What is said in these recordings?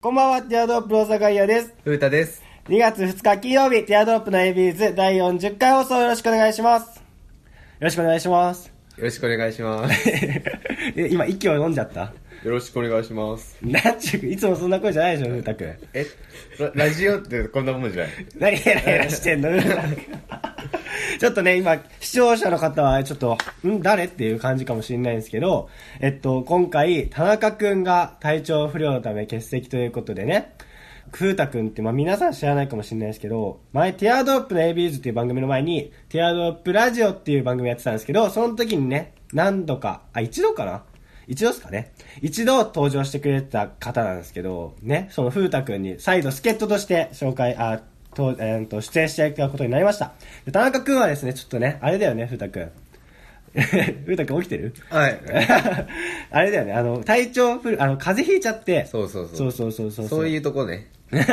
こんばんは、ティアドロップの大阪イです。ふうたです。 2月2日金曜日、ティアドロップの a b ズ第40回放送よろしくお願いします。よろしくお願いします。 よろしくお願いします。え今、息を飲んじゃった よろしくお願いします。なんちゅう、いつもそんな声じゃないでしょ、ふうたくん。え、ララジオってこんなもんじゃない何ヘラヘラしてんの ちょっとね、今、視聴者の方は、ちょっと、ん誰っていう感じかもしれないんですけど、えっと、今回、田中くんが体調不良のため欠席ということでね、風太くんって、まあ、皆さん知らないかもしれないですけど、前、ティアドロップの ABs っていう番組の前に、ティアドロップラジオっていう番組やってたんですけど、その時にね、何度か、あ、一度かな一度ですかね一度登場してくれてた方なんですけど、ね、その風太くんに再度助っ人として紹介、あ、と、えーと、出演していただくことになりました。で田中くんはですね、ちょっとね、あれだよね、風太くん。 風太くん起きてる はい。あれだよね、あの、体調不良、あの、風邪ひいちゃって。そうそうそうそうそうそうそういうとこね。そういう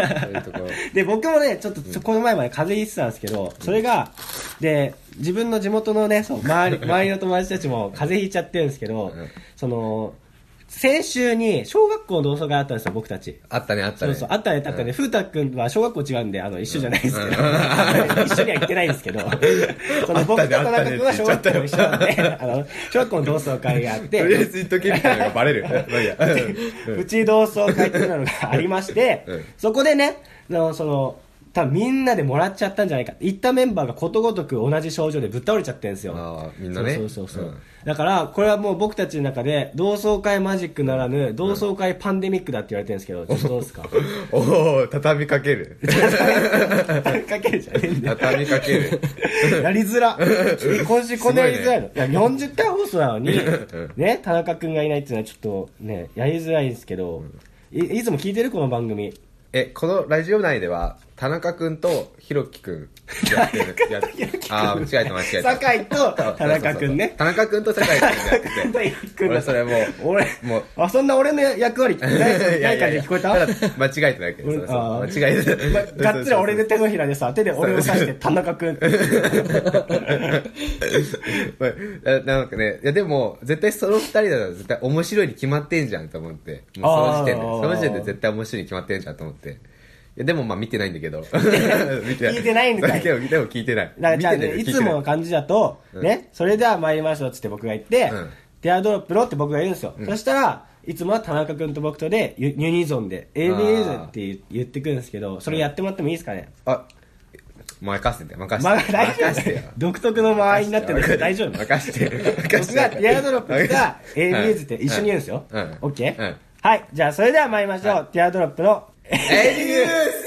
ところ。 で、僕もね、ちょっとちょこの前まで風邪ひいてたんですけど、それが、で、自分の地元のね、そう、周り、周りの友達たちも風邪ひいちゃってるんですけどうん、その、先週に小学校の同窓会あったんですよ、僕たち。あったね、あったそうね。そう、あったね、たったね。風太くんは小学校違うんで、あの、 一緒じゃないですけど。一緒には行ってないんですけど。その、僕と田中くんは小学校も一緒なんで、あの、小学校の同窓会があって、とりあえず言っとけみたいなのがバレる。 まあいいや。うんうち同窓会っていうのがありまして、うんそこでね、あのその、多分みんなでもらっちゃったんじゃないか。行ったメンバーがことごとく同じ症状でぶっ倒れちゃってるんですよ。ああみんなねそうそうそうそう、うんだから、これはもう僕たちの中で、同窓会マジックならぬ、同窓会パンデミックだって言われてるんですけど、ちょっとどうですかおお畳みかける。かけるじゃねえんだよ 畳みかける。やりづら。え今週こんなやりづらいの。すいや、40回放送なのにん、ね、田中くんがいないっていうのはちょっとね、やりづらいんですけど、いいつも聞いてるこの番組。え、このラジオ内では、田中くんとひろきくんやってる。やああ、間違えた間違えた。酒井と田中くんね。田中くんと酒井くんでやってて。田中くん俺それもう俺、もうあ、そんな俺の役 割、ない いやないい感やいじやで聞こえただ間違えてないけど、そうそうあー間違えてまない。がっつり俺で手のひらでさ、手で俺を刺して、田中くん。 まあなんかね、いやでも、絶対その二人だら絶対面白いに決まってんじゃんと思って。もうその時点で。あーその時点で絶対面白いに決まってんじゃんと思って。いやでもまあ見てないんだ けど。見て聞いてないんかいでもでも聞いてない。だからじゃあ見てね、ないいつもの感じだと、ね、それでは参りましょうっつって僕が言ってうん、テアドロップのって僕が言うんですよ。そしたら、いつもは田中くんと僕とで、ユユニゾンで、ABS って言言ってくるんですけど、それやってもらってもいいですかねあ、任せて、任まあせて。大丈任夫せだてよよ。独特の間合いになってるんだけど大丈夫任せて。任せ僕てがティアドロップか ABS って一緒に言うんですよ。うんうんオッケうーんはい。じゃあ、それでは参りましょう。ティアドロップの、 ABS!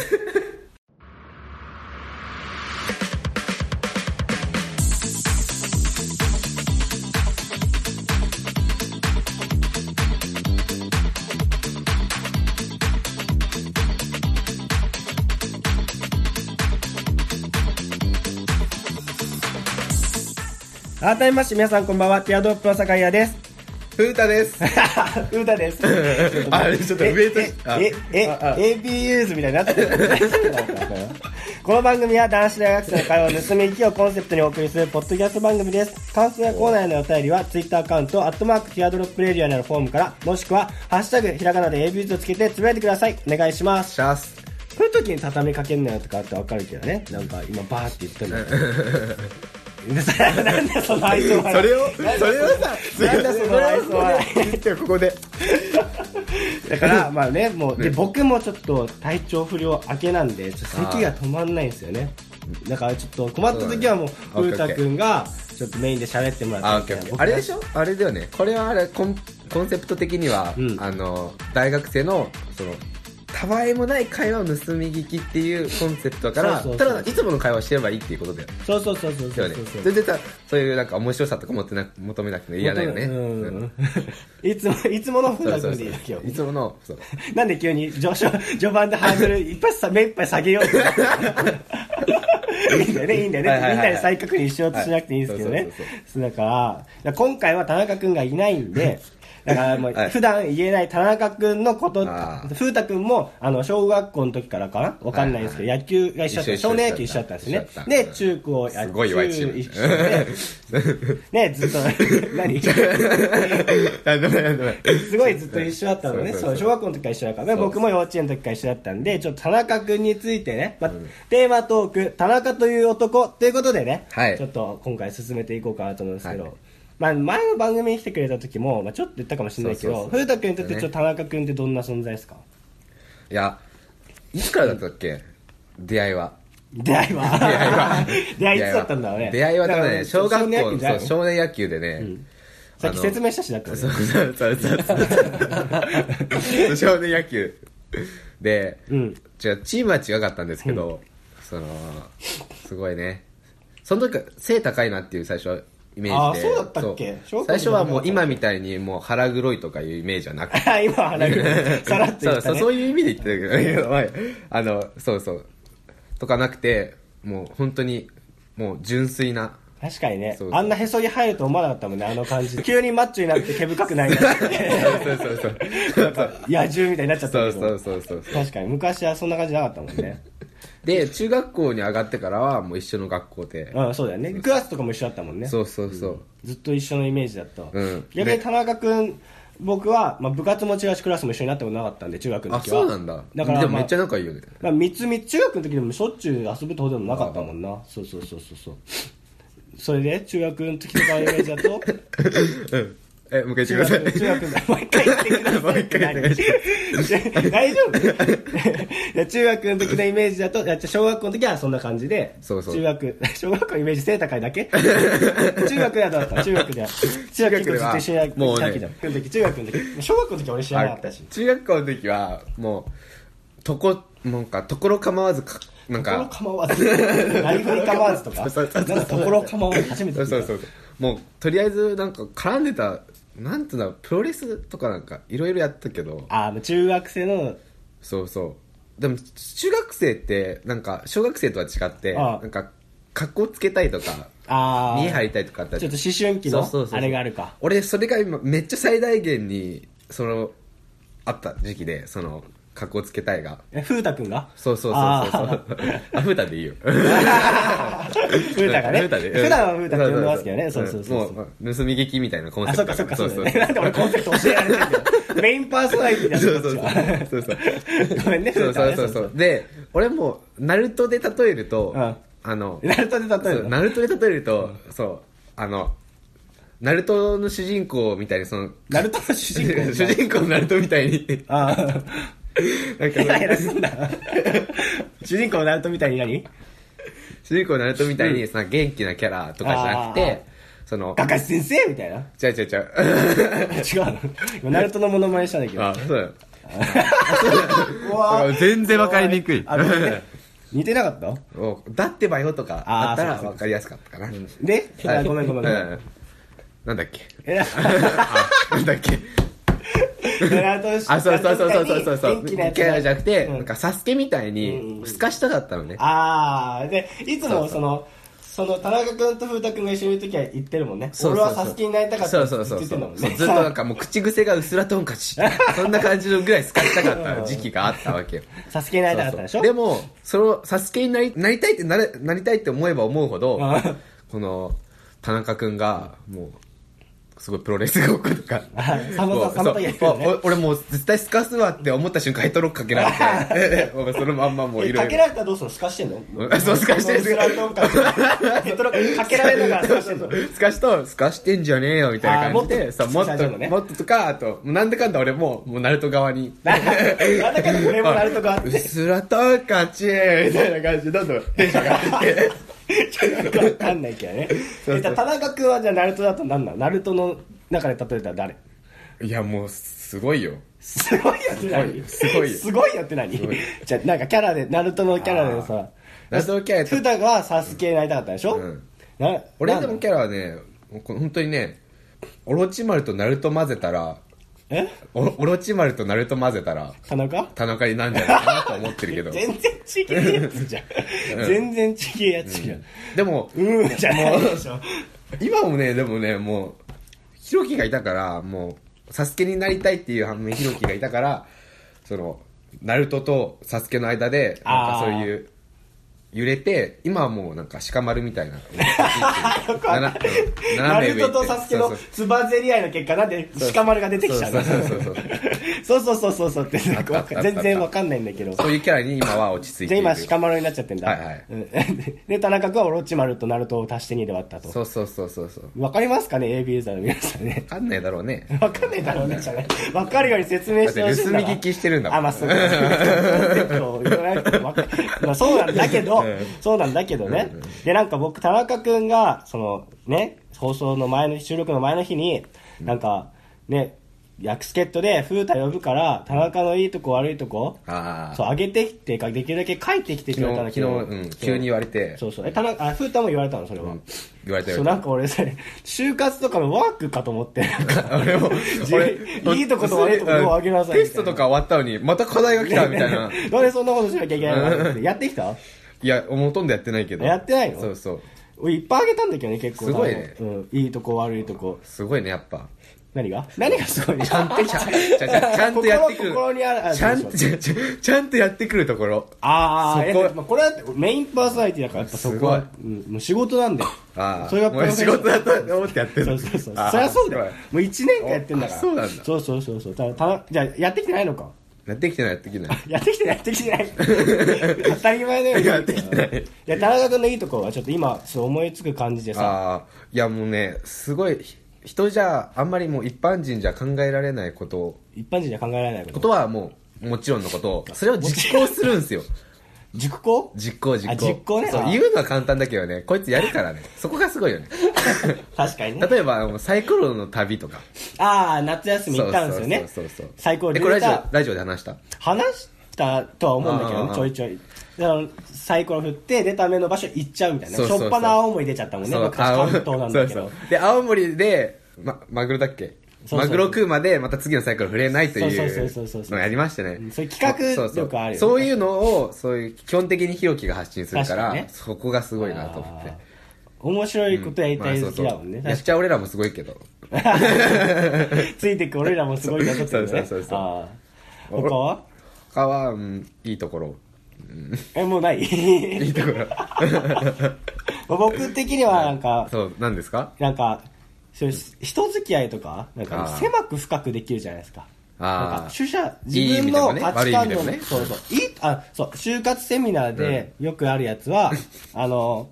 改めまして皆さんこんばんは。ティアドロップの酒井屋です。 ふうたです。うだです。 あれちょっと上とえあえ、え、ああえ ABUs みたいになってる。 この番組は男子大学生の会話を盗み聞きをコンセプトにお送りするポッドキャスト番組です。感想やコーナーへのお便りは Twitter アカウント、アットマークティアドロップレディアのフォームから、もしくは、ハッシュタグ、ひらがなで ABUs をつけてつぶやいてください。お願いします。シャース。こういう時に畳みかけんなよとかってわかるけどね。なんか今バーって言っても。 なんだその愛想笑いそれを、それをさ、なんだその愛想笑いい。ここで。だから、まあね、もう、で、僕もちょっと体調不良明けなんで、ちょっと咳が止まんないんですよね。だからちょっと困った時はもう、ふそうだねうたくんが、ちょっとメインで喋ってもらって。あ、オッケーオッケー。あれでしょあれだよね。これはあれ、コン、コンセプト的には、うんあの、大学生の、その、たわいもない会話を盗み聞きっていうコンセプトだから、そうそうたそうだ、いつもの会話をしてればいいっていうことだよ。そうそうそうそうだそようねそうそう。。全然さ、そういうなんか面白さとか持ってなく求めなくていいやだよね。ううんん。 いつも、いつものふうそうたそくうんそでいいよ、今う。い日。つもの、そう。 なんで急に上昇、序盤でハード ル一発さ、目いっぱい下げようって。いいんだよね、いいんだよはいはいね。みはんないで再確認しようとしなくていいんですけどはねいそうそうそう。そ うだから、今回は田中くんがいないんで、だからもうはい普段言えない田中君のこと、あー風太君もあの小学校の時からかなわかんないですけど、野球が一緒だった一緒少年野球一一緒緒だったんです一緒ねだったで中高すごい弱いチーム中一緒で ねずっと 何あ、ダメだ、ダメだ。すごいずっと一緒だったのね、そそうそうう、そう小学校の時から一緒だから、そう僕も幼稚園の時から一緒だったんで、ちょっと田中君についてね、まあテーマトーク、田中という男ということでね、はいちょっと今回進めていこうかなと思うんですけど、はいまあ前の番組に来てくれた時も、まあちょっと言ったかもしれないけそうど、そうそう古田君にとってちょっと田中君ってどんな存在ですかいや、いつからだったっけ出会いは。出会い は。出。出会いは出会いいつだったんだろうね。出会いは多分ね、だから小学少校年野球のじゃなそいう少年野球でね、さっきあの説明したしだったねそうそうそうそうそう 少年野球で、うん 違うチームは違かったんですけど、そのすごいねその時背高いなっていう最初はイメージであそうだったっけそ小学校のう時最初はもう今みたいにもう腹黒いとかいうイメージはなくて今、 鼻が さらっと言そうったそうねそ。ういう意味で言ってたけどはいあのそうそうとかなくてもう本当にもう純粋な確かにねそうそうあんなへそに入ると思わなかったもんねあの感じ 急にマッチョになって毛深くないなってそうそうそうそうそう 野獣みたいになっちゃったそけうどそうそうそう確かに昔はそんな感じなかったもん ねで中学校に上がってからはもう一緒の学校で、うんそうだよねクラスとかも一緒だったもんねそうそうそう、ずっと一緒のイメージだったわ、うん逆にね田中君僕は、まあ、部活も違うしクラスも一緒になったことなかったんで中学のあ時はそうなんだだから、でもまあめっちゃ仲いいよね、まあ、三つ三つ中学の時でもしょっちゅう遊ぶってことでもなかったもんなそうそうそうそうそうそれで中学の時とかのイメージだ とうんえもう一回中言ってくだ学さい中学のもう一回言ってくださいもう一回言ってください 大丈夫いや中学の時のイメージだといや小学校の時はそんな感じでそうそう中学 小学校のイメージ背高いだ け中学ではどうだった中学では中学結構ずっと一緒にやってもうねたけど中学の時中学の時小学校の時は俺知らなかったし中学校の時はもうとこなんかところ構わずかなんところか構わずライフに構わずとかそうそうそうなんかところ構わず初めてそ聞いうたそうそうもうとりあえずなんか絡んでたなんていうんだろうプロレスとかなんかいろいろやったけどあー中学生のそうそうでも中学生ってなんか小学生とは違ってああなんか格好つけたいとかああ見え張りたいとかあったりちょっと思春期そうそうそうのそうあれがあるか俺それが今めっちゃ最大限にそのあった時期でその格好つけたいがえ風太くんがそうそうあそうそうーそうあふうたでいいよフータがね。ふうたで普段はフータって呼んでますけどね。そうそうそうそう。もう盗み聞きみたいなコンあ、セそっプかトそっかそうだそようね。 なんか俺コンセプト教えられてるけど。メインパーソナリティだそうそうこっちはそうそうごめんね、フそうータそはうね。そうそう。で俺もナルトで例えると、うんあのナルトで例えそるうのナルトで例えると、そうあのナルトの主人公みたいにそのナルトの主人公。 主人公のナルトみたいにああ。なんかヘラヘラすんな。主人公ナルトみたいに何主人公のナルトみたいに、その元気なキャラとかじゃなくあーてそのガカシ先生みたいな。違う違う違 う違うの今ナルトのモノマネしたんだけど。あそうだようわー全然わかりにくいあごめんね似てなかった おだってばよとかあーあったらそうかそうか分かりやすかったかなはいであごめんごめんごめんう。なんだっけえなあなんだっけナルトの主あそうそうそうそうそうそう元気キなやつャラじゃなくて、うんなんかサスケみたいうんうにんすかしたかったのね、 ああでいつそうもそうそのその田中君と風太君が一緒にいる時は言ってるもんねそうそうそう俺はサスケになりたかったそうってそ言うそってんうそうだもんねずっとなんかもう口癖がうすらとんかちそんな感じのぐらいすかしたかった時期があったわけよサスケになりたかったでしょそうそうでもそのサスケになりなりたいってなれなりたいって思えば思うほどうんこの田中君がもうすごいプロレスごっことかあさんまさんもうさんまさんやってるねそうおお俺もう絶対すかすわって思った瞬間ヘッドロックかけら れてもうそのまんまもうえいろかいけろられたらどう するのすかしてんのうんそうすかしてるスラントンかヘッドロックかけられながらすかしてん のすかしとすかしてんじゃねえよみたいな感じあでーもっともっと好きな人のねもっととかあともうなんだかんだ俺ももうナルト側になんだかんだ俺もナルトがあっうてすらとんかちみたいな感じでどんどんテンションが上がってってちょっとわかんないけどねそうそうえじゃあ田中君はじゃあナルトだと何なのナルトの中で例えたら誰 いやもうすごいよすごいよって何すごいよすごいよって何すごいじゃあなんかキャラでナルトのキャラでさあーナルトのキャラやった普段はサスケになりたかったでしょ、うんな俺なでんもだキャラはねもうこ本当にねオロチマルとナルト混ぜたらえオロオロチマルとナルト混ぜたら田中田中になんじゃないかなと思ってるけど 全然ちげえやつじゃん、全然ちげえやつじゃんでもうん、じゃないでしょ今もねでもねもうヒロキがいたからもうサスケになりたいっていう反面、ヒロキがいたから、その、ナルトとサスケの間で、なんかそういう、揺れて、今はもうなんか鹿丸み たいな。ナなな斜ルめ上行トってとサスケそのうそうつばぜり合いの結果なんで鹿丸が出てきちゃうのそうそうそうそうそうそうそうそうそうってあったあったあった全然わかんないんだけどそういうキャラに今は落ち着いじてゃあい今る。鹿丸になっちゃってんだはいはいうんで田中君はオロチマルとナルトを足して2で割ったとそうそうそうそうそう。わかりますかね AB ユーザーの皆さんねわかんないだろうね。わかんないだろうねじゃないわかるように説明してほしいんだわだって盗み聞きしてるんだもんあまあそうそう言わなくてもわかまあそうなんだけどうんそうなんだけどねでなんか僕田中君がそのね放送の前の日収録の前の日になんかね役助っ人で風太呼ぶから田中のいいとこ悪いとこああ。そう上げてきてかできるだけ書いてきてくれたんだ昨け日、ど昨日、うん、そう急に言われて、そうそうえ田中あ風太も言われたのそれは、うん言われたそようなんか俺それ就活とかのワークかと思って俺も、俺いいとこと悪いとこ両方あげなさいテストとか終わったのに、また課題が来たみた いな。なんでそんなことしなきゃいけないのってやってきたいや、ほとんどやってないけど。やってないのそうそう。俺いっぱいあげたんだけどね結構すごいねあのうん、いいとこ悪いとこすごいね、やっぱ。何が何がすごいちゃんと、ちゃんちゃんちゃんとやってくる。 心心にあるあちゃんそうと、ちゃんちゃんちゃんとやってくるところ。ああそここ,、まあ、これはメインパーソナリティだからやっぱそこはすうん、もう仕事なんだよああ。それがプロもフェうッシ仕ョナ事ルだと思ってやってる。そうそうそうああそりゃそうだよすごいもう1年間やってんだからあそうなんだそうそうそうそうたたじゃあやってきてないのかやってきてない、やってきてない。やってきてないやってきてな い当たり前だよねやってきてないいや田中君のいいところはちょっと今そう思いつく感じでさああいやもうねすごいひ人じゃあんまりもう一般人じゃ考えられないこと一般人じゃ考えられないここととはもうもちろんのことそれを実行するんで すよ熟考実行実あ行実行ねそうあー言うのは簡単だけどねこいつやるからねそこがすご いよね確かにね例えばあのサイコロの旅とかああ夏休み行ったんですよねそうそうそうそう最高えでこれラジオラジオで話した話したとは思うんだけどあねあちょいちょいあのサイコロ振って出た目の場所行っちゃうみたいなそうしそうそょうっぱな青森出ちゃったもんね僕青関東なんだけそうどそうで青森で、ま、マグロだっけそうそうマグロ食うまでまた次のサイコロ触れないとそういそうそうそううそうのやりましたねうんそういう企画力あるよねそうそうそういうのをそういう基本的にひろきが発信するか確らかにねそこがすごいなと思ってああ面白いことやりたい好きだもんね、まあそうそうやっちゃう俺らもすごいけど確かについてく俺らもすごいなとってねそうそうそうそうああ他は他は、うん、いいところえもう ないいいところ僕的にはなんか そうなんですかなんかそういう人付き合いとかなんかあー狭く深くできるじゃないですかあーなんか取捨自いい意分味でものね価値観悪い意味でのもねそうそういいあそう就活セミナーでよくあるやつ は、あの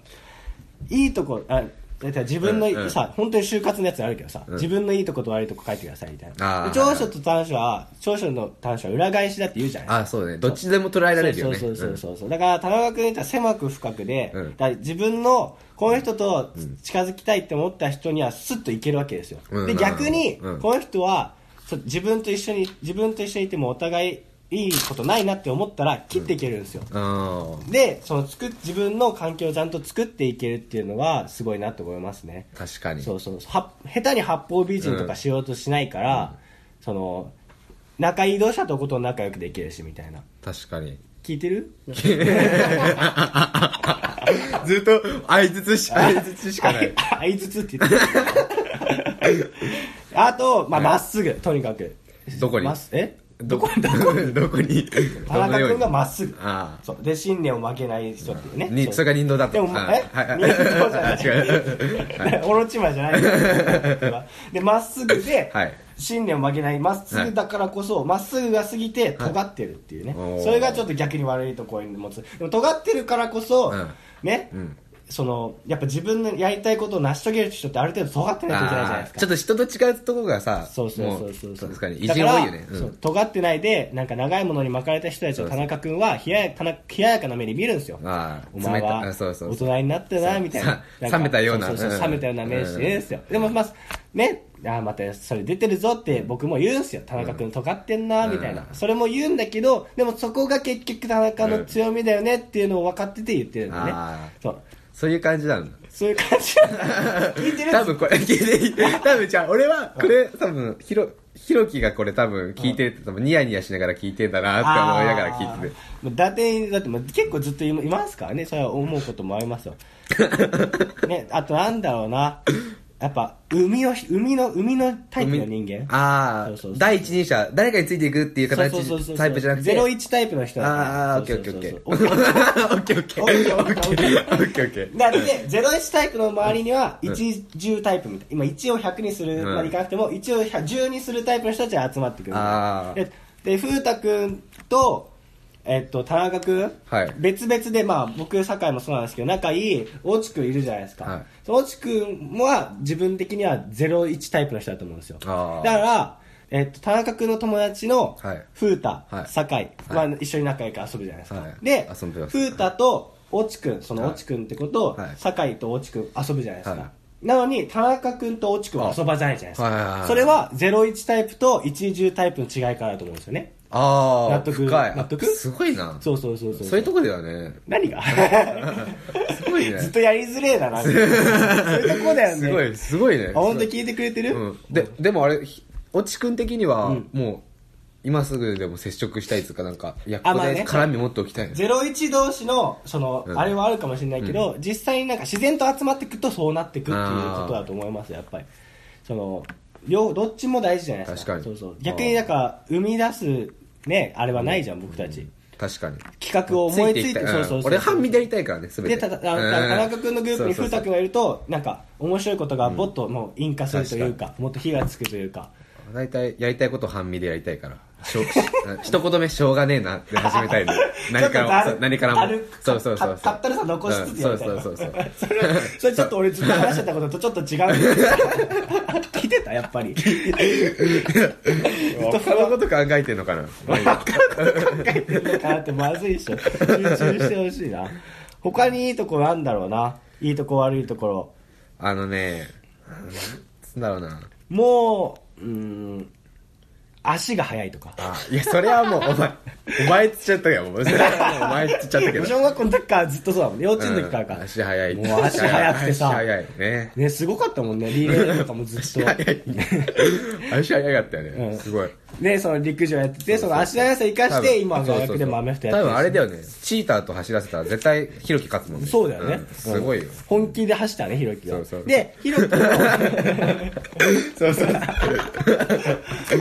いいとこあだいたい自分の、うんうんさ本当に就活のやつあるけどさ、ん自分のいいとこと悪いとこ書いてくださいみたいあなー長所と短所は長所の短所は裏返しだって言うじゃないですかあそうねどっちでも捉えられるよねそうそうそううそうそう、だから田中君に言ったら狭く深くで、うんだから自分のこの人と近づきたいって思った人にはスッといけるわけですよ、うんで逆にうんこの人はそう自分と一緒に自分と一緒にいてもお互いいいことないなって思ったら切っていけるんですよ、んあーでその作っ自分の環境をちゃんと作っていけるっていうのはすごいなと思いますね確かにそうそうは下手に八方美人とかしようとしないから、その仲移動者とこと仲良くできるしみたいな確かに 聞いてるずっと相づつし相づつしかないあいつつって言ってたあと、まあ、まっすぐ、とにかく。どこにまっすえどこどこに どこに田中君がまっすぐ。あそう。で、信念を負けない人っていうね。にそれが人道だとでも、あえはいはい人道じゃな 違い。 オロチマじゃない。 で、まっすぐではい、信念を負けない、まっすぐだからこそ、まっすぐが過ぎて、尖ってるっていうねお。ーそれがちょっと逆に悪いところに持つ。でも、尖ってるからこそうん、ねん、その、やっぱ自分のやりたいことを成し遂げる人ってある程度尖ってないといけないじゃないあですーかちょっ。と人と違うとこがさそうそうそうそうもそう確かにだか偉人ら多いよねうそうん尖ってないでなんか長いものに巻かれた人たちを田中君は冷ややかな冷ややかな目に見るんですよああお前は冷たあそうそう大人になったなみたいなさなんか冷めたようなそうそうそううん冷めたような目してるんですよでもまあねああまたそれ出てるぞって僕も言うんですよ田中君尖ってんなみたいなうんそれも言うんだけどでもそこが結局田中の強みだよねっていうのを分かってて言ってるんだねあーそうそういう感じなんだそういう 感じなんだ聞いてる多分これ聞いて多分じゃあ俺はこれ多分ひろひろきがこれ多分聞いてるって多分ニヤニヤしながら聞いてんだなって思いながら聞いてててだってだってもう結構ずっとい ますからねそれは思うこともありますよ、ね、あとなんだろうなやっぱ、海を、海の、海のタイプの人間あそうそうそあう第一人者誰かについていくっていう形そうそうそうそうタイプじゃなくて01タイプの人だからああオッケーオッケーオッケーそうオそうそうそうッケーオッケーオッケーオッケーオッケーオッケーオッケーだって、01タイプの周りには、10タイプみたい。今、1を100にするまでいかなくても、1を10にするタイプの人たちが集まってくるみたいあーで、で風太くんと、えっと、田中くん、はい別々で、まあ、僕、酒井もそうなんですけど、仲いい大地くんいるじゃないですか。はいその大地くんは、自分的には01タイプの人だと思うんですよ。だあーから、えっと、田中くんの友達のはい、風太、はい酒井、まあ、一緒に仲良く遊ぶじゃないですか。はいで、遊んでます風太と、落ちくん、そのはい落ちくんってことをはい、酒井と落ちくん遊ぶじゃないですはか。なのに、田中くんと落ちくんは遊ばないじゃないですはいはいはいはかい。それは、01タイプと110タイプの違いからだと思うんですよね。ああ納得深い納得すごいなそうそうそうそう。そういうとこだよね何が すごいねずっとやりづれえだな。 そういうとこだよね。すごいすごいねあ、ほんと聞いてくれてるうん、ででもあれひ落ちくん的には、もう今すぐでも接触したいとかなんかいやこあこまあねで絡み持っておきたいね01同士の、その、うんあれはあるかもしれないけど、実際になんか自然と集まってくとそうなってくっていうことだと思います、やっぱり。その、両、どっちも大事じゃないですか。確かにそうそう。逆になんか、生み出す、ね、あれはないじゃん、僕たち。確かに企画を思いついて、きたそうそうそううん俺半身でやりたいからね全てで、ただ、あの田中君のグループに風太君ががいると、なんか、面白いことがもっともう引火するというか、もっと火がつくというか。大体やりたいこと半身でやりたいからしょうん 一言目しょうがねえなって始め たいね何からもそう何からもそうそうそうそたうったるさ残しつつやりたいな、うんそうそうそうそれそれちょっと俺ずっと話してたこととちょっと違う聞いてたやっぱりそう他のこと考えてんのかなだってまずいでしょ集中してほしいな他にいいとこなんだろうないいとこ悪いところあのねなんつんだろうなもううーん足が速いとかあいやそれはもうお前お前っつっちゃったよもうそ れはもうお前っつっちゃったけど小学校の時からずっとそうだもんね幼稚園の時からか、うん足早いもう足速くてさ足速いねねすごかったもんねリレーとかも ずっと足速い足速かったようんねすごいね、その陸上やってて、その足の速さ生かし多分て、今、大学でもアメフトやって多る分あれだよねチーターと走らせたら絶対ひろき勝つもんねそうだよねん。すごいようん本気で走ったね、ひろきがそうそ。うで、ひろきのそうそう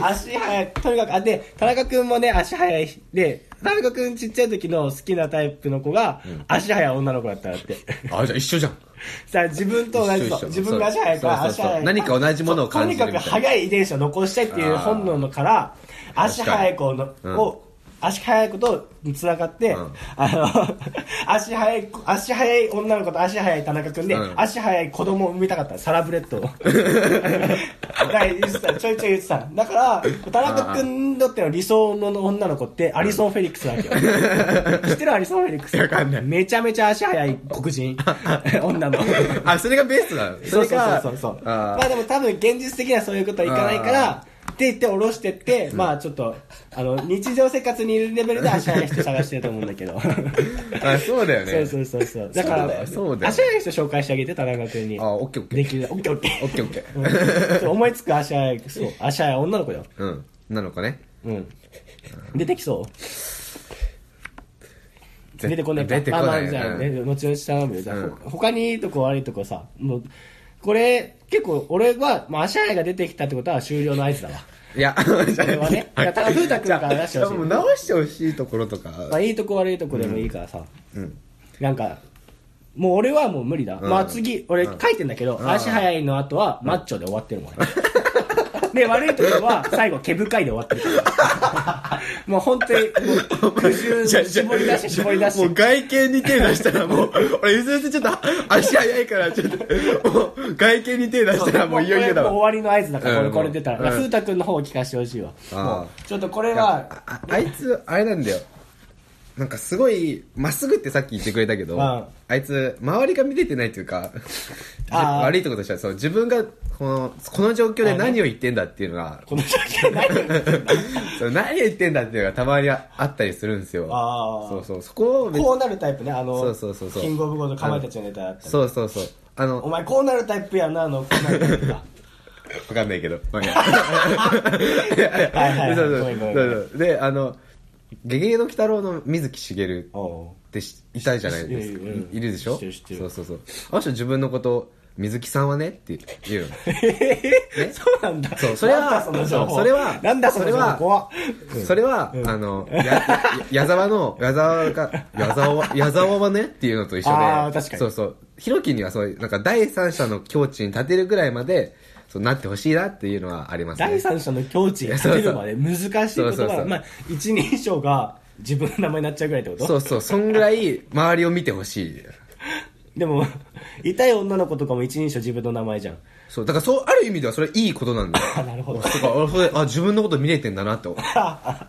足速い、とにかく、あ、で、田中くんもね、足速い。で、田中くんちっちゃい時の好きなタイプの子が、足速い女の子だったんだって。あじゃあ一緒じゃんさあ、自分と同じ一緒一緒自分が足速いから、そう足そうそう速い。何か同じものを感じるとみにたかいなく速い遺伝子を残したいっていう本能のから、ー足速い子の確かにうんを、足速い子とつながって、うんあの、 足速い子、足速い女の子と足速い田中君で、うん足速い子供を産みたかった、サラブレッ ドを。だから言ってた、ちょいちょい言ってた。だから、田中君にとっての理想の女の子って、アリソン・フェリックスなわけよ。知 ってるアリソン・フェリックス。わかんないめちゃめちゃ足速い黒 人、女の子。あそれがベストなのそうそうがそうそう。あまあでも多分現実的にはそういうことはいかないから、って言って下ろしてって、まあちょっと、あの、日常生活にいるレベルで足早い人探してると思うんだけど。あそうだよそうねそうそうそう。だから、そうだよ足早い人紹介してあげて、田中君に。あオッケーオッケでーきる。オッケーオッケー。 オッケーオッケーうんそう思いつく足早い、そう、足早い女の子よ。うんなのかねうん。出てきそうぜ出てこないか出てこないまあまあじゃあね、後々頼むよじゃあ、ほ他にいいとこ悪いとこさもうこれ結構俺は、まあ、足洗いが出てきたってことは終了の合図だわいや、じゃれはねいやただ風太くんから出してほしいじゃあもう直してほしいところとか。まあいいとこ悪いとこでもいいからさ、うん。なんかもう俺はもう無理だ、うんまあ次俺書いてんだけど、ん足早いの後はマッチョで終わってるもん、俺で悪いところは最後毛深いで終わってる からもう本当にもう苦渋絞り出して絞り出してもう外見に手出したらもう、俺、ゆずゆずちょっと足早いから、ちょっと、もう外見に手出したらもういよいよだもうわ。終わりの合図だから、うんこれこれ出たら。うんだから風太くんの方を聞かせてほしいわ。あーもうちょっとこれいやは、あああいつ、あれなんだよ。なんかすごい、まっすぐってさっき言ってくれたけど、うんあいつ、周りが見れてないというか、あー悪いとことしたら、そう、自分が、この、この状況で何を言ってんだっていうのが、この状況 ないそう何言ってんだっていうのがたまにあったりするんですよあーそうそうそこをめこうなるタイプね、あの、そうそうそうそうキングオブコントかまいたちのネタだった。そうそうそうあのお前こうなるタイプやな、あの、こうなるタイプ だ。分かんないけど まあいいやはいはいそうごめんごそめうんそうそうであの「ゲゲゲの鬼太郎」の水木しげるおうってしいたじゃないですかいるいるいるでしょ知ってる知ってるそうそうそうあの人自分のこと水木さんはねって言うの。えそうなんだ。そうそれはなんだその情報そうそれはなんだその情それは報怖それは、あの、やや矢沢の、矢沢が、矢沢、矢沢はねっていうのと一緒で、あー確かにそうそう、ひろきにはそういう、なんか第三者の境地に立てるぐらいまで、そうなってほしいなっていうのはありますね。第三者の境地に立てるまで難しい言そうそう葉そうまあ、一人称が自分の名前になっちゃうぐらいってことそうそう、そんぐらい周りを見てほしい。でも、痛い女の子とかも一人称自分の名前じゃん。そう、だからそう、ある意味ではそれいいことなんだよ。 あ、なるほど。とか、あそれあ、自分のこと見れてんだなと。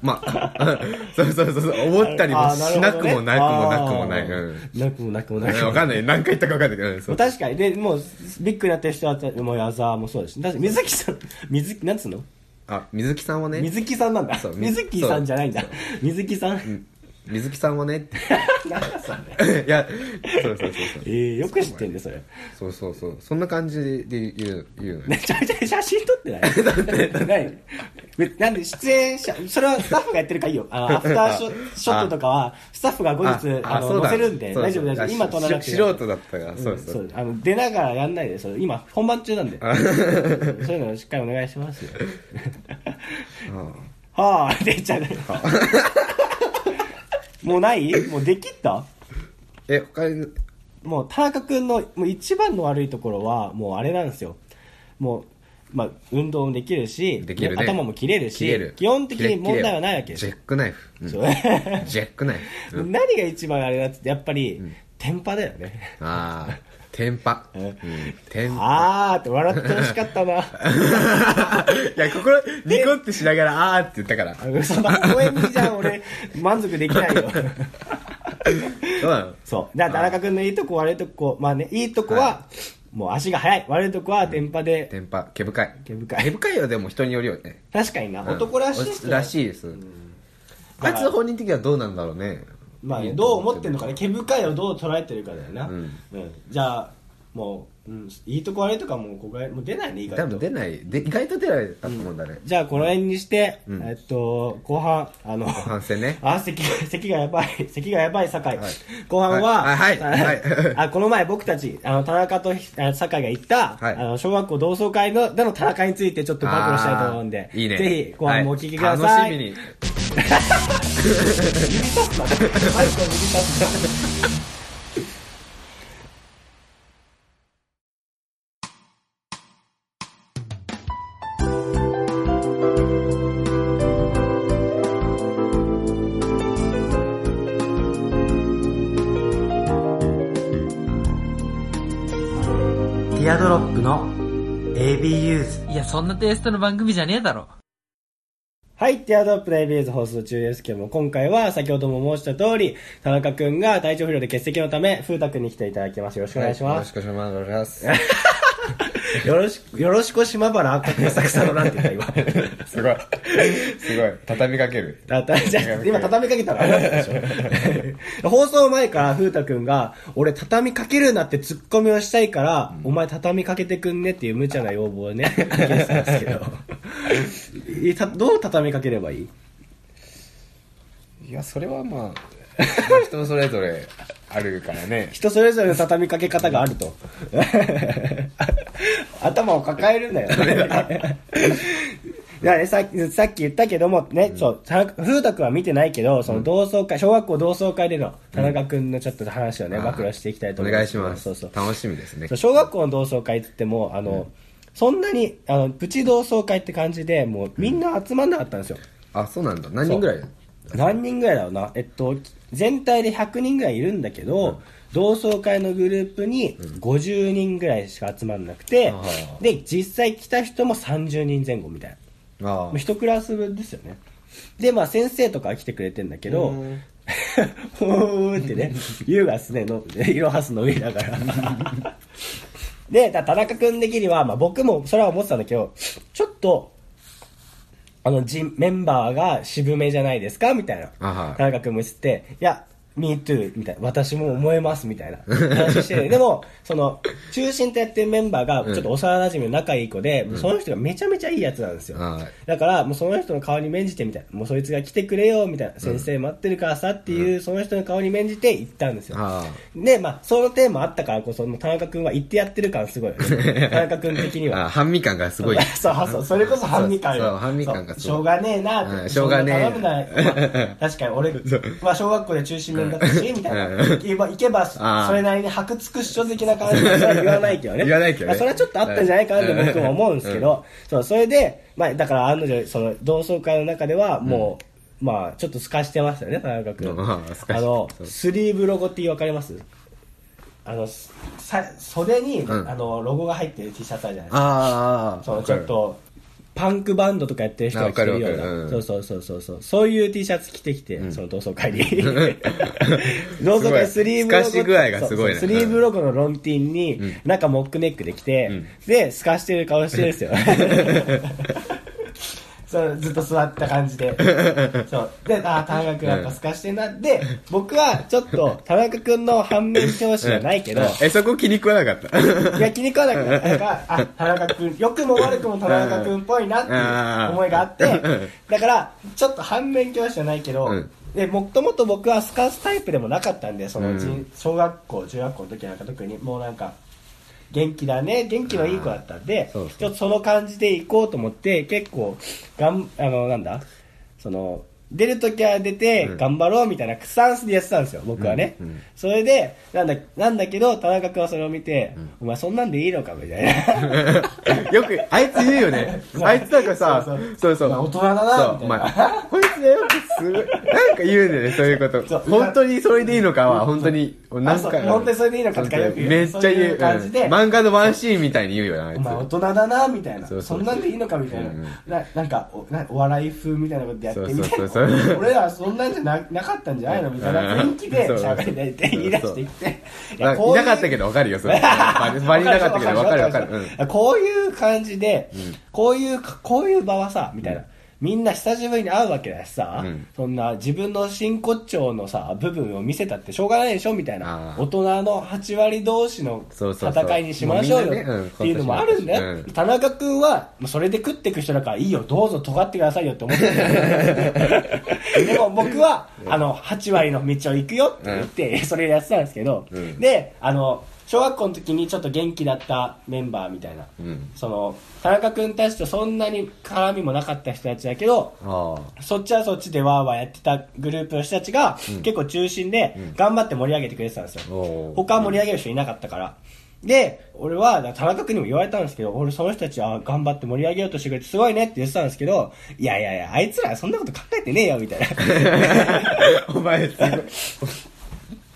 まあ、 そうそうそうそう、思ったりもあーしなくもなくもなくもない。あーうんなくもなくもなくわもかんない。何回言ったかわかんないけどうん、そう確かに。で、もう、ビッグになってる人は、もう矢沢もそうだし。だし水木さん、水木、なんつうのあ、水木さんはね。水木さんなんだそう。み水木さんじゃないんだ。水木さん。水木さんはね。 なんだそれ。 いや、そうそうそうそう。えー、よく知ってんで、それ。そうそうそう。そんな感じで言う、言うのよめちゃめちゃ写真撮 ってないない別なんで出演者、それはスタッフがやってるからいい よ。あの、アフターショショットとかは、スタッフが後日、あの、載せるんで、そう大丈夫大丈夫。し今撮らなくてし素人だったから、そうそそうう。あの出ながらやんないでそれ今本番中なんでそういうのしっかりお願いしますよ はあ出ち ゃうもうないもうできったえ、他に、もう田中君のもう一番の悪いところはもうあれなんですよもうまあ、運動もできるしできるね。頭も切れるし切れる基本的に問題はないわけですジェよックナイフ。うんジそェうックナイフ。う ん何が一番あれだっつってやっぱり、テンパだよねああ、テンパ。うんテンパ。あーって笑ってほしかったな いや、心、ニコってしながら、あーって言ったから。その応援にじゃん俺満足できない ようん。そうだから田中君のいいとこ悪いとこまあねいいとこは、はもう足が速い悪いとこはテンパで、テンパ、毛深い。毛深い毛深いはでも人によるよね。確かにな、男らしい人らしいです。あいつ本人的にはどうなんだろうね。まあね、どう思ってるのかね毛深いをどう捉えてるかだよな、うんうんじゃあもう、うん、いいとこ悪いとこはもうここらもう出ないね意多外分と出ない。で意外と出ないだと思うんだね。じゃあこの辺にして、うんえっと後半あの後半戦ね。あ咳が咳がやばい咳がやばい酒井、はい後半は、はいはいはいああこの前僕たちあの田中とひあ酒井が行った、はいあの小学校同窓会のでの田中についてちょっと暴露したいと思うんであーいいね。ぜひ後半もお聞きください、は楽しみに。指さすなマイクを指さすなティアドロップの AB ユーズいや、そんなテイストの番組じゃねえだろ。はい、ティアドロップの ABS 放送中ですけども、今回は先ほども申した通り、田中くんが体調不良で欠席のため、風太くんに来ていただきます。よろしくお願いします。はいよろしくお願いします。よろしく、よろしく島原赤く浅草のなんて言った今。すごい。すごい。畳みかける。たたじゃあ今畳みかけたらあれだったでしょ放送前から風太くんが俺畳みかけるなってツッコミをしたいから、お前畳みかけてくんねっていう無茶な要望をね受けてたんですけどいたどう畳みかければいいいや、それはまあ、人それぞれあるからね。人それぞれの畳みかけ方がある と頭を抱えるんだよいやね、さっきさっき言ったけどもね、そう田中風太君は見てないけどその同窓会、小学校同窓会での田中君のちょっと話をね、暴露していきたいとお思い願まいすします。そうそう楽しみですねそう。小学校の同窓会って言ってもあの、そんなにあのプチ同窓会って感じでもうみんな集まんなかったんですよ、あ、そうなんだ。何人ぐらい何人ぐらいだろうな、えっと、全体で100人ぐらいいるんだけど、同窓会のグループに50人ぐらいしか集まんなくて、あーで実際来た人も30人前後みたいなあもう一クラス分ですよねでまあ先生とか来てくれてんだけどう「 んほー」ってね優雅っすねのいろはすの上だからでだ田中君的には、まあ、僕もそれは思ってたんだけどちょっとあのじメンバーが渋めじゃないですかみたいなあはい田中君も言ってていや Me too みたいな私も思えますみたいな話しててでもその中心とやってるメンバーがちょっと幼馴染の仲いい子で、もうその人がめちゃめちゃいいやつなんですよ、はいだからもうその人の顔に免じてみたいなもうそいつが来てくれよみたいな、先生待ってるからさっていう、その人の顔に免じて行ったんですよ、ああでまあそのテーマあったからこそもう田中君は言ってやってる感すごいよね田中君的にはあ半身感がすごい そうそう、それこそ半身感よ。そうそう半身感がそうすしごいょうがねえなっうて。んしょうがねえそんな頼むなまあ 確かに俺、まあ小学校で中心面だったし、みたいな。うん行けば、行けば、 あーそれなりに白つく主張的な感じはそれは言わないけどね。言わないけどねまあそれはちょっとあったんじゃないかなって僕も思うんですけど、そう、それで、まあだから案の定、その同窓会の中ではもう、まあちょっと透かしてましたよね、田中君。まあ透かしあのそ、うスリーブロゴって分かりますあの、さ袖に、んあの、ロゴが入ってる T シャツあるじゃないですか。ああそうちょっとパンクバンドとかやってる人が着てるようあわかるわかるな、うんそうそうそうそうそうそういう T シャツ着てきて、その同窓会 に同窓会スリーブロゴすごい透かし具合がすごいねそうそうスリーブロゴのロンティンに、中モックネックで着て、で透かしてる顔してるん ですよそうずっと座った感じでそうでああ田中君やっぱ透かしてんなで僕はちょっと田中君の反面教師じゃないけどえそこ気に食わなかった いや、気に食わなくなったから、あ、田中君良くも悪くも田中君っぽいなっていう思いがあってうん、だから、ちょっと反面教師じゃないけどうん、で、もともと僕はスカースタイプでもなかったんで、その、んじん小学校、中学校の時なんか特に、もうなんか、元気だね、元気のいい子だったんで、ちそょうっそうとその感じで行こうと思って、結構、がん、あの、なんだ、その、出るときは出て、頑張ろうみたいなスタンスでやってたんですよ、僕はね。それで、なんだ、なんだけど、田中君はそれを見て、お前そんなんでいいのかみたい な。よくあいつ言うよねあいつなんかさそうそうそうまあ大人だなそうみたいなお前こいつねよくすごいなんか言うねそういうこそとう本当にそれでいいのかは本当に何あ回そう本当にそれでいいのかとかよく言うめっちゃそうい言うう感じでうん漫画のワンシーンみたいに言うよなあいおつ前大人だな、みたいな。そうそそうんなんでいいのかみたいなうんうん。ななんかおな、お笑い風みたいなことやってみたいそなうそうそうそ。う 俺らそんなんじゃななかったんじゃないのみたいな雰囲気でうん喋りたいって言い出してきて。なんかいなかったけどわかるよそ れバリバリいなかったけどわかるわかるうんこういう感じで、こういうかこういう場はさみたいな、みんな久しぶりに会うわけだしさ、うんそんな自分の真骨頂のさ部分を見せたってしょうがないでしょみたいなあー大人の8割同士のそうそうそう戦いにしましょうもうよみんなねうんっていうのもあるんだよ、うん田中君はもうそれで食っていく人だからいいよどうぞ尖ってくださいよって思って たでも僕はあの8割の道を行くよって言って、それやってたんですけど、うんであの小学校の時にちょっと元気だったメンバーみたいな、うんその田中君たちとそんなに絡みもなかった人たちだけどあ あそっちはそっちでワーワーやってたグループの人たちが、結構中心で頑張って盛り上げてくれてたんですよ、おー他は盛り上げる人いなかったから、で俺は田中君にも言われたんですけど俺その人たちは頑張って盛り上げようとしてくれてすごいねって言ってたんですけどいやいやいやあいつらそんなこと考えてねえよみたいなお前すごい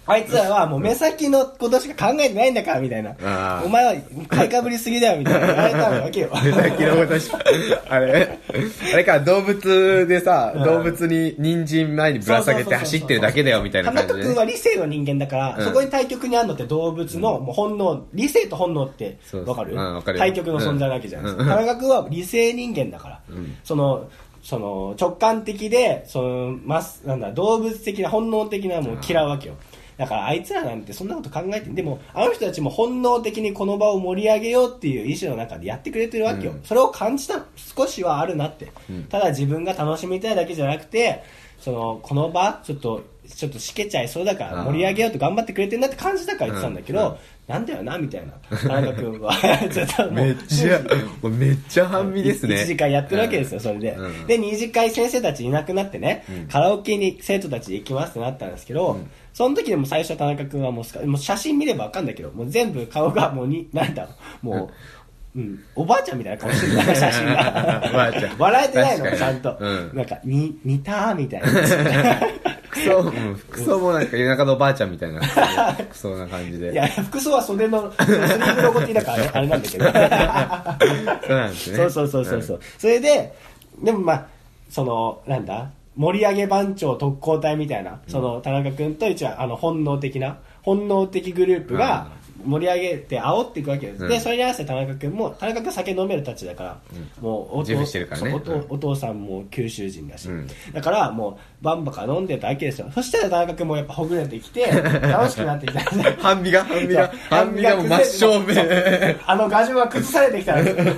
あいつらはもう目先のことしか考えてないんだからみたいなあーお前は買いかぶりすぎだよみたいな言われたわけよ目先のことしか、あれ、あれか、動物でさ、動物に人参前にぶら下げて走ってるだけだよみたいな田感じ中で君ね。は理性の人間だから、うんそこに対極にあるのって動物のもう本能、理性と本能ってそうそわうかるうんわかるよ対極の存在なわけじゃないですか、うん田中君は理性人間だから、そのその直感的でそのますなんだ動物的な本能的なもう嫌うわけよだからあいつらなんてそんなこと考えてでもあの人たちも本能的にこの場を盛り上げようっていう意思の中でやってくれてるわけよ、それを感じたの少しはあるなって、ただ自分が楽しみたいだけじゃなくてそのこの場ちょっとちょっとしけちゃいそうだからあー盛り上げようと頑張ってくれてるなって感じたから言ってたんだけど、なんだよなみたいな田中君は ちょっともうめっちゃ、もうめっちゃ半身ですね。 1時間やってるわけですよ、うんそれで。うんで、2次会先生たちいなくなってね、カラオケに生徒たち行きますってなったんですけど、その時でも最初田中君はもうすかもう写真見ればわかんだけど、もう全部顔がもうに、なんだろう、もう、 うん、おばあちゃんみたいな顔してた、写真おばあがちゃ。ん笑えてないの、確ちゃかんにと。うんなんか、に、似たーみたいな。クソ、うんクソもなんか田舎のおばあちゃんみたいな、クソな感じで。いや、服装は袖の、 そのスリーブロゴってだからね、あれなんだけど。そうなんですね。そうそうそうそうそう、それででもまあそのなんだ盛り上げ番長特攻隊みたいな、その田中君と一応あの本能的な本能的グループが、盛り上げて煽っていくわけよ、うんでそれに合わせて田中君も田中君酒飲めるたちだから、もうお自負してるからねそうおとうんお父さんも九州人だし、うんだからもうバンバカ飲んでたわけですよそしたら田中君もやっぱほぐれてき て楽しくなってきたんで半身が半身がそう半身がもう真正面あの画像は崩されてきたんですよ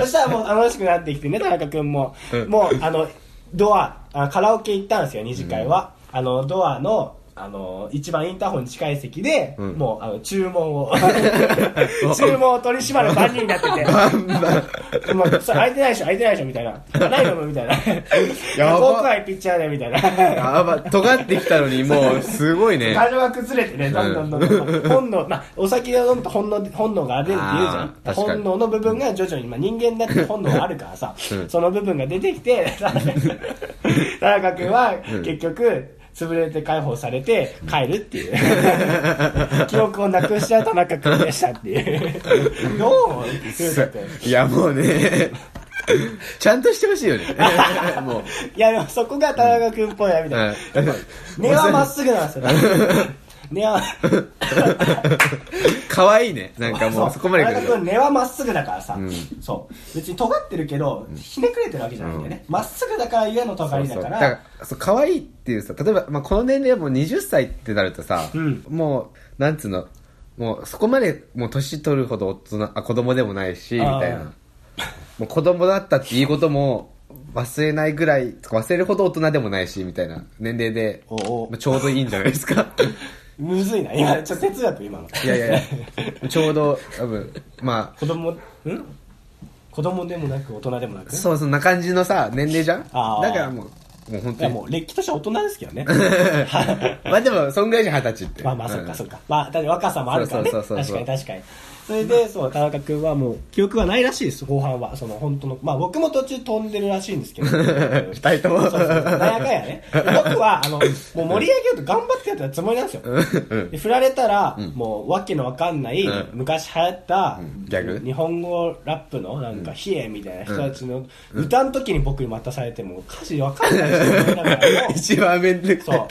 そしたらもう楽しくなってきてね田中君も、うんもうあのドアあカラオケ行ったんですよ二次会は、あのドアのあの一番インターホンに近い席で、うんもうあの注文 を 注文を取り締まる番人になってて もうそれ開いてないでしょ開いてないでしょみたいなないのみたいなやば僕はピッチャーでみたいなやば尖ってきたのにもうすごいね感情が崩れてね、どんどんどんどん、うん本能、まあ、お酒を飲むと本能本能が出るって言うじゃあんー。確かに本能の部分が徐々に、まあ、人間だって本能があるからさ、うんその部分が出てきて、 田中君はうん結局、潰れて解放されて帰るっていう。 記憶をなくしちゃう田中君でしたって いう。どう思ういやもうねちゃんとしてほし いよねもういや、でもそこが田中君っぽいな、みたいな。根はまっすぐなんですよ。 根は。可愛いねなんかもうそこまで田来る中と君根はまっすぐだからさ、んそう別に尖ってるけどひねくれてるわけじゃないんだよねま、っすぐだからゆえの尖りだからそうそうだからそう可愛いっていうさ例えば、まあ、この年齢はもう20歳ってなるとさ、うんもうなんつうのもうそこまでもう年取るほど大人あ子供でもないしみあーたいなもう子供だったっていうことも忘れないぐらい忘れるほど大人でもないしみたいな年齢でおうおうまあちょうどいいんじゃないで すかむずいな今ちょっと哲学今のいやいやいやちょうど多分ま子供ん子供でもなく大人でもなあくそうそんな感じのさ年齢じゃんだあーからもうもうい本や当にもうれっきとした大人ですけ どねまあでもそんぐらいじゃん二十歳ってまあまあそっかそっかか、まあ、だって若さもあるからねそうそうそうそう確かに確かにそれでそう田中君はもう記憶はないらしいです後半はその本当のまあ僕も途中飛んでるらしいんですけど 二人ともそうそうそうなんやかんやね。僕は、 あの、もう盛り上げようと頑張ってやったつもりなんですよ。うんで振られたら、んもう、わけのわかんない、うん昔流行った、うんギャグ日本語ラップの、なんか、ヒエみたいな人たちの、歌の時に僕に待たされても、歌詞わかんないし、だからも う一番面倒くそう。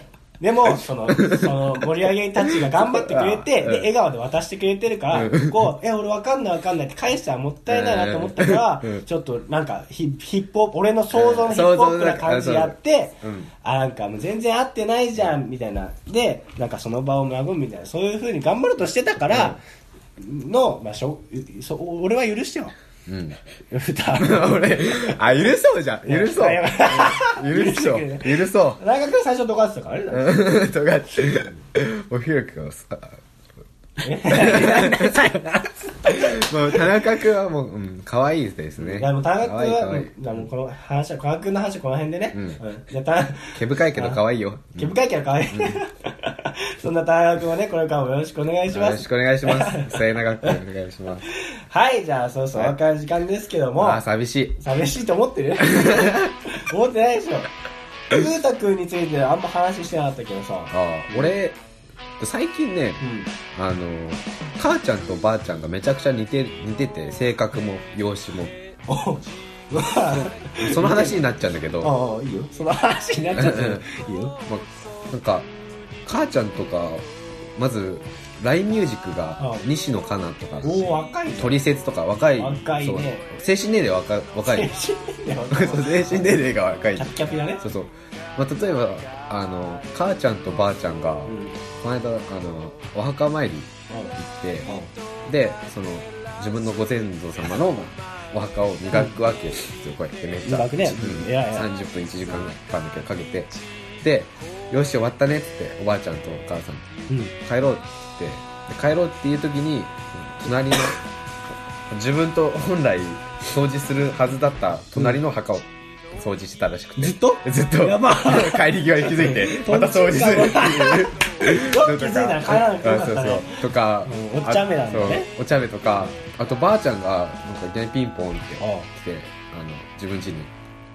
でも、その、その、盛り上げたちが頑張ってくれて、うんで、笑顔で渡してくれてるから、こう、え、俺わかんないわかんないって返したらもったいないなと思ったからうん、ちょっとなんかヒ、ヒップホップ、俺の想像のヒップホップな感じやってうん、あ、なんかもう全然合ってないじゃん、みたいな。で、なんかその場を和むみたいな、そういう風に頑張ろうとしてたから、の、まあ、しょうそ俺は許してよ。うん。歌。 俺、あ、許そうじゃん。許そう。 いや 許してそくれるう。許そ大学最初どかってたからね。う。 とかって。おひろきがさ、 もう田中君はもう、うん、可愛いですね。いやもう田中君可は愛いうんじゃあもうこの話は田中君の話はこの辺でね、うんうんじゃあ田毛深いけど可愛いよ。毛深いけど可愛い、 そんな田中君はねこれからもよろしくお願いしよまろしすくお願いします。末永くお願いします。はいじゃあそうそうお別れの時間ですけども、あ、寂しい。寂しいと思って る思ってないでしょ風太君についてあんま話してなかったけどさあ、俺、最近ね、うんあの、母ちゃんとばあちゃんがめちゃくちゃ似て、似てて、性格も、容姿も。おうわその話になっちゃうんだけど、 ああいいよその話になっちゃったよいいよまあ、なんか母ちゃんとかまず LINE ミュージックがうん西野カナとかおお若いねトリセツとか若い若いねそう精神年齢若い若 い精神年齢そう若い精神年齢が若いキャピキャピだねそうそう、まあ、例えばあの母ちゃんとばあちゃんが、うんうんこの間あのお墓参り行って、でその自分のご先祖様のお墓を磨くわけですよ、こうやってめっちゃ磨くねうん偉い偉い30分1時間間だけかけてでよし終わったねっつっておばあちゃんとお母さんうん帰ろうっつってで帰ろうっていう時に隣の自分と本来掃除するはずだった隣の墓を掃除してたらしくて、ずっとずっとやば帰り際に気 づいてまた掃除するっていうよく気づいたら帰ら なくてよかったそうねそうとかうんお茶目なんだねあそうお茶目とかあとばあちゃんがなんかいきなりピンポンってあ来てあの自分家に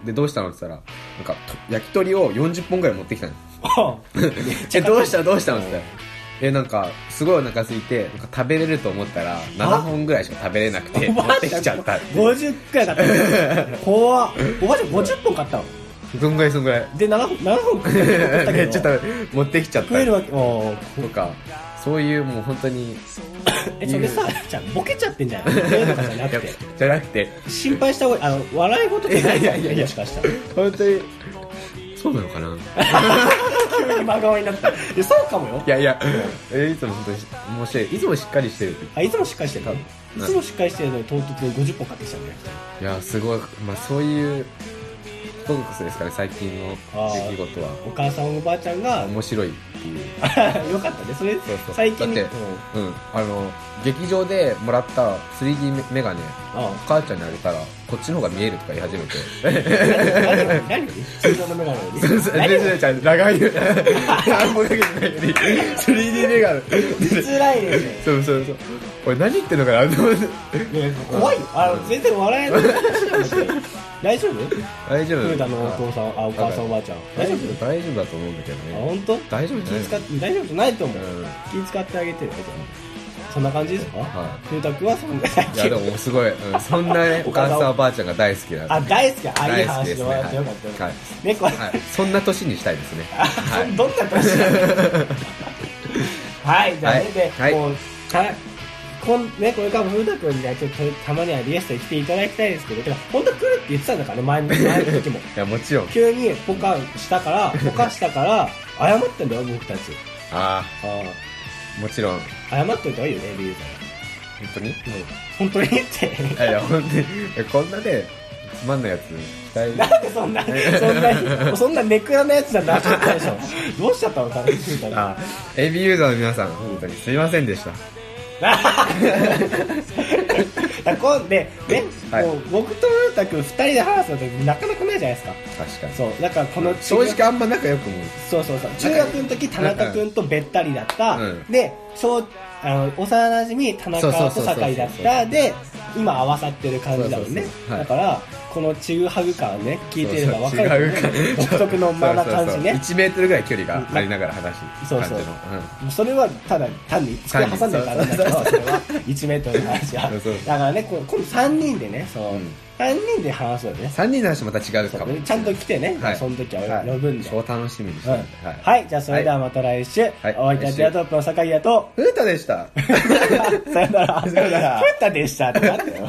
でどうしたのって言ったらなんかと焼き鳥を40本ぐらい持 ってきたのえどう したどうしたのって言ったらえなんかすごいお腹空いてなんか食べれると思ったら7本ぐらいしか食べれなくて持ってきちゃったっていう50くらい買ったの怖っおばあちゃん50本買ったのどんぐらいそんぐらい で、7本、7本食ったけどちょっと持ってきちゃった食えるわけ、もう、とかそういうもう本当にえ、それさ、じゃあボケちゃってんじゃない食えるとかじゃなくて。じゃなくて心配した方がいい。あの、笑い事じゃないいやいやいやいやもしかしたら。本当にそうなのかな急に真顔になった。いや、そうかもよい。やいやえいつも本当に面白いいつもしっかりしてるってあ、いつもしっかりしてるのいうんつもしっかりしてるのに唐突に50本買ってきたんだよ。いやすごい、まあ、そういうトークスですかね最近の出来事はお母さんおばあちゃんが、面白いって いう よかったね。それそうそ、う最近だってうんうんあの劇場でもらった 3D メガネあ お母ちゃんにあげたらこっちの方が見えるとか言い始めて 何何通常のメガネより何ちゃん 長いよ何もかけてないのに 3D メガネ 見づらいねそうそうそう俺何言ってんのかなと 思って怖いよあの全然笑えない大丈夫大丈夫古田のお父さんあお母さんおばあちゃん大大丈丈夫夫大丈夫だと思うんだけどあね本当大丈夫気じゃない使って大丈夫じゃないと思ううん気使ってあげてよそんな感じですかは古田君はそんな最いやで近もすごい、うんそんな ねお母さんおばあちゃんが大好きなんであ大好きあいい大好き話ですでね笑ってよかったよかはっいた猫はい、そんな年にしたいですね。あはい、どんな年だよはい、じゃあね、で、はいもう、たこんね、これからも古田君にはちょっとたまにはリエストに来ていただきたいですけど、てか、本当は来るって言ってたんだからね、前の前の 時も。いや、もちろん。急にポカしたから、ポカしたから、謝ってんだよ、僕たち。あああ、もちろん。本あ謝っといた方がいいよね、理由か当に。いら。本当にって。 やいや、本当に、こんなね、つまんないやつ、期待。なんでそんな、そんな、そんなネクラなやつじゃなかったでしょ。どうしちゃったのかな、古田君あ、エビユーザーの皆さん、本当にすいませんでした。だこうでね、はいもう僕とルータ君2人で話すのってなかなかないじゃないですか確かに。そうだからこの正直あんま仲良くも。そうそうそう中学の時田中君とべったりだった、うんで小あの幼馴染み田中と酒井だっそうそうそうそたで今合わさってる感じだもんねそうそうそうはいだからこのちぐはぐ感ね聞いてれば分かるよねそうそう違う独特の間な感じね1メートルぐらい距離がありながら話すそう感そじうの。それはただ単に机挟んでるからなんだけどそれは1メートルの話がそうだそうからねこう今度3人でねそううん3人で話そうよね3人の話また違うかも。ちゃんと来てね、はいその時ははい呼ぶんで、超楽しみにしてうんるはいはい。じゃあそれではまた来週、はいお相手はティアドロップの酒井屋とフータでした。 さよならさよなら ふったでしたってなってよ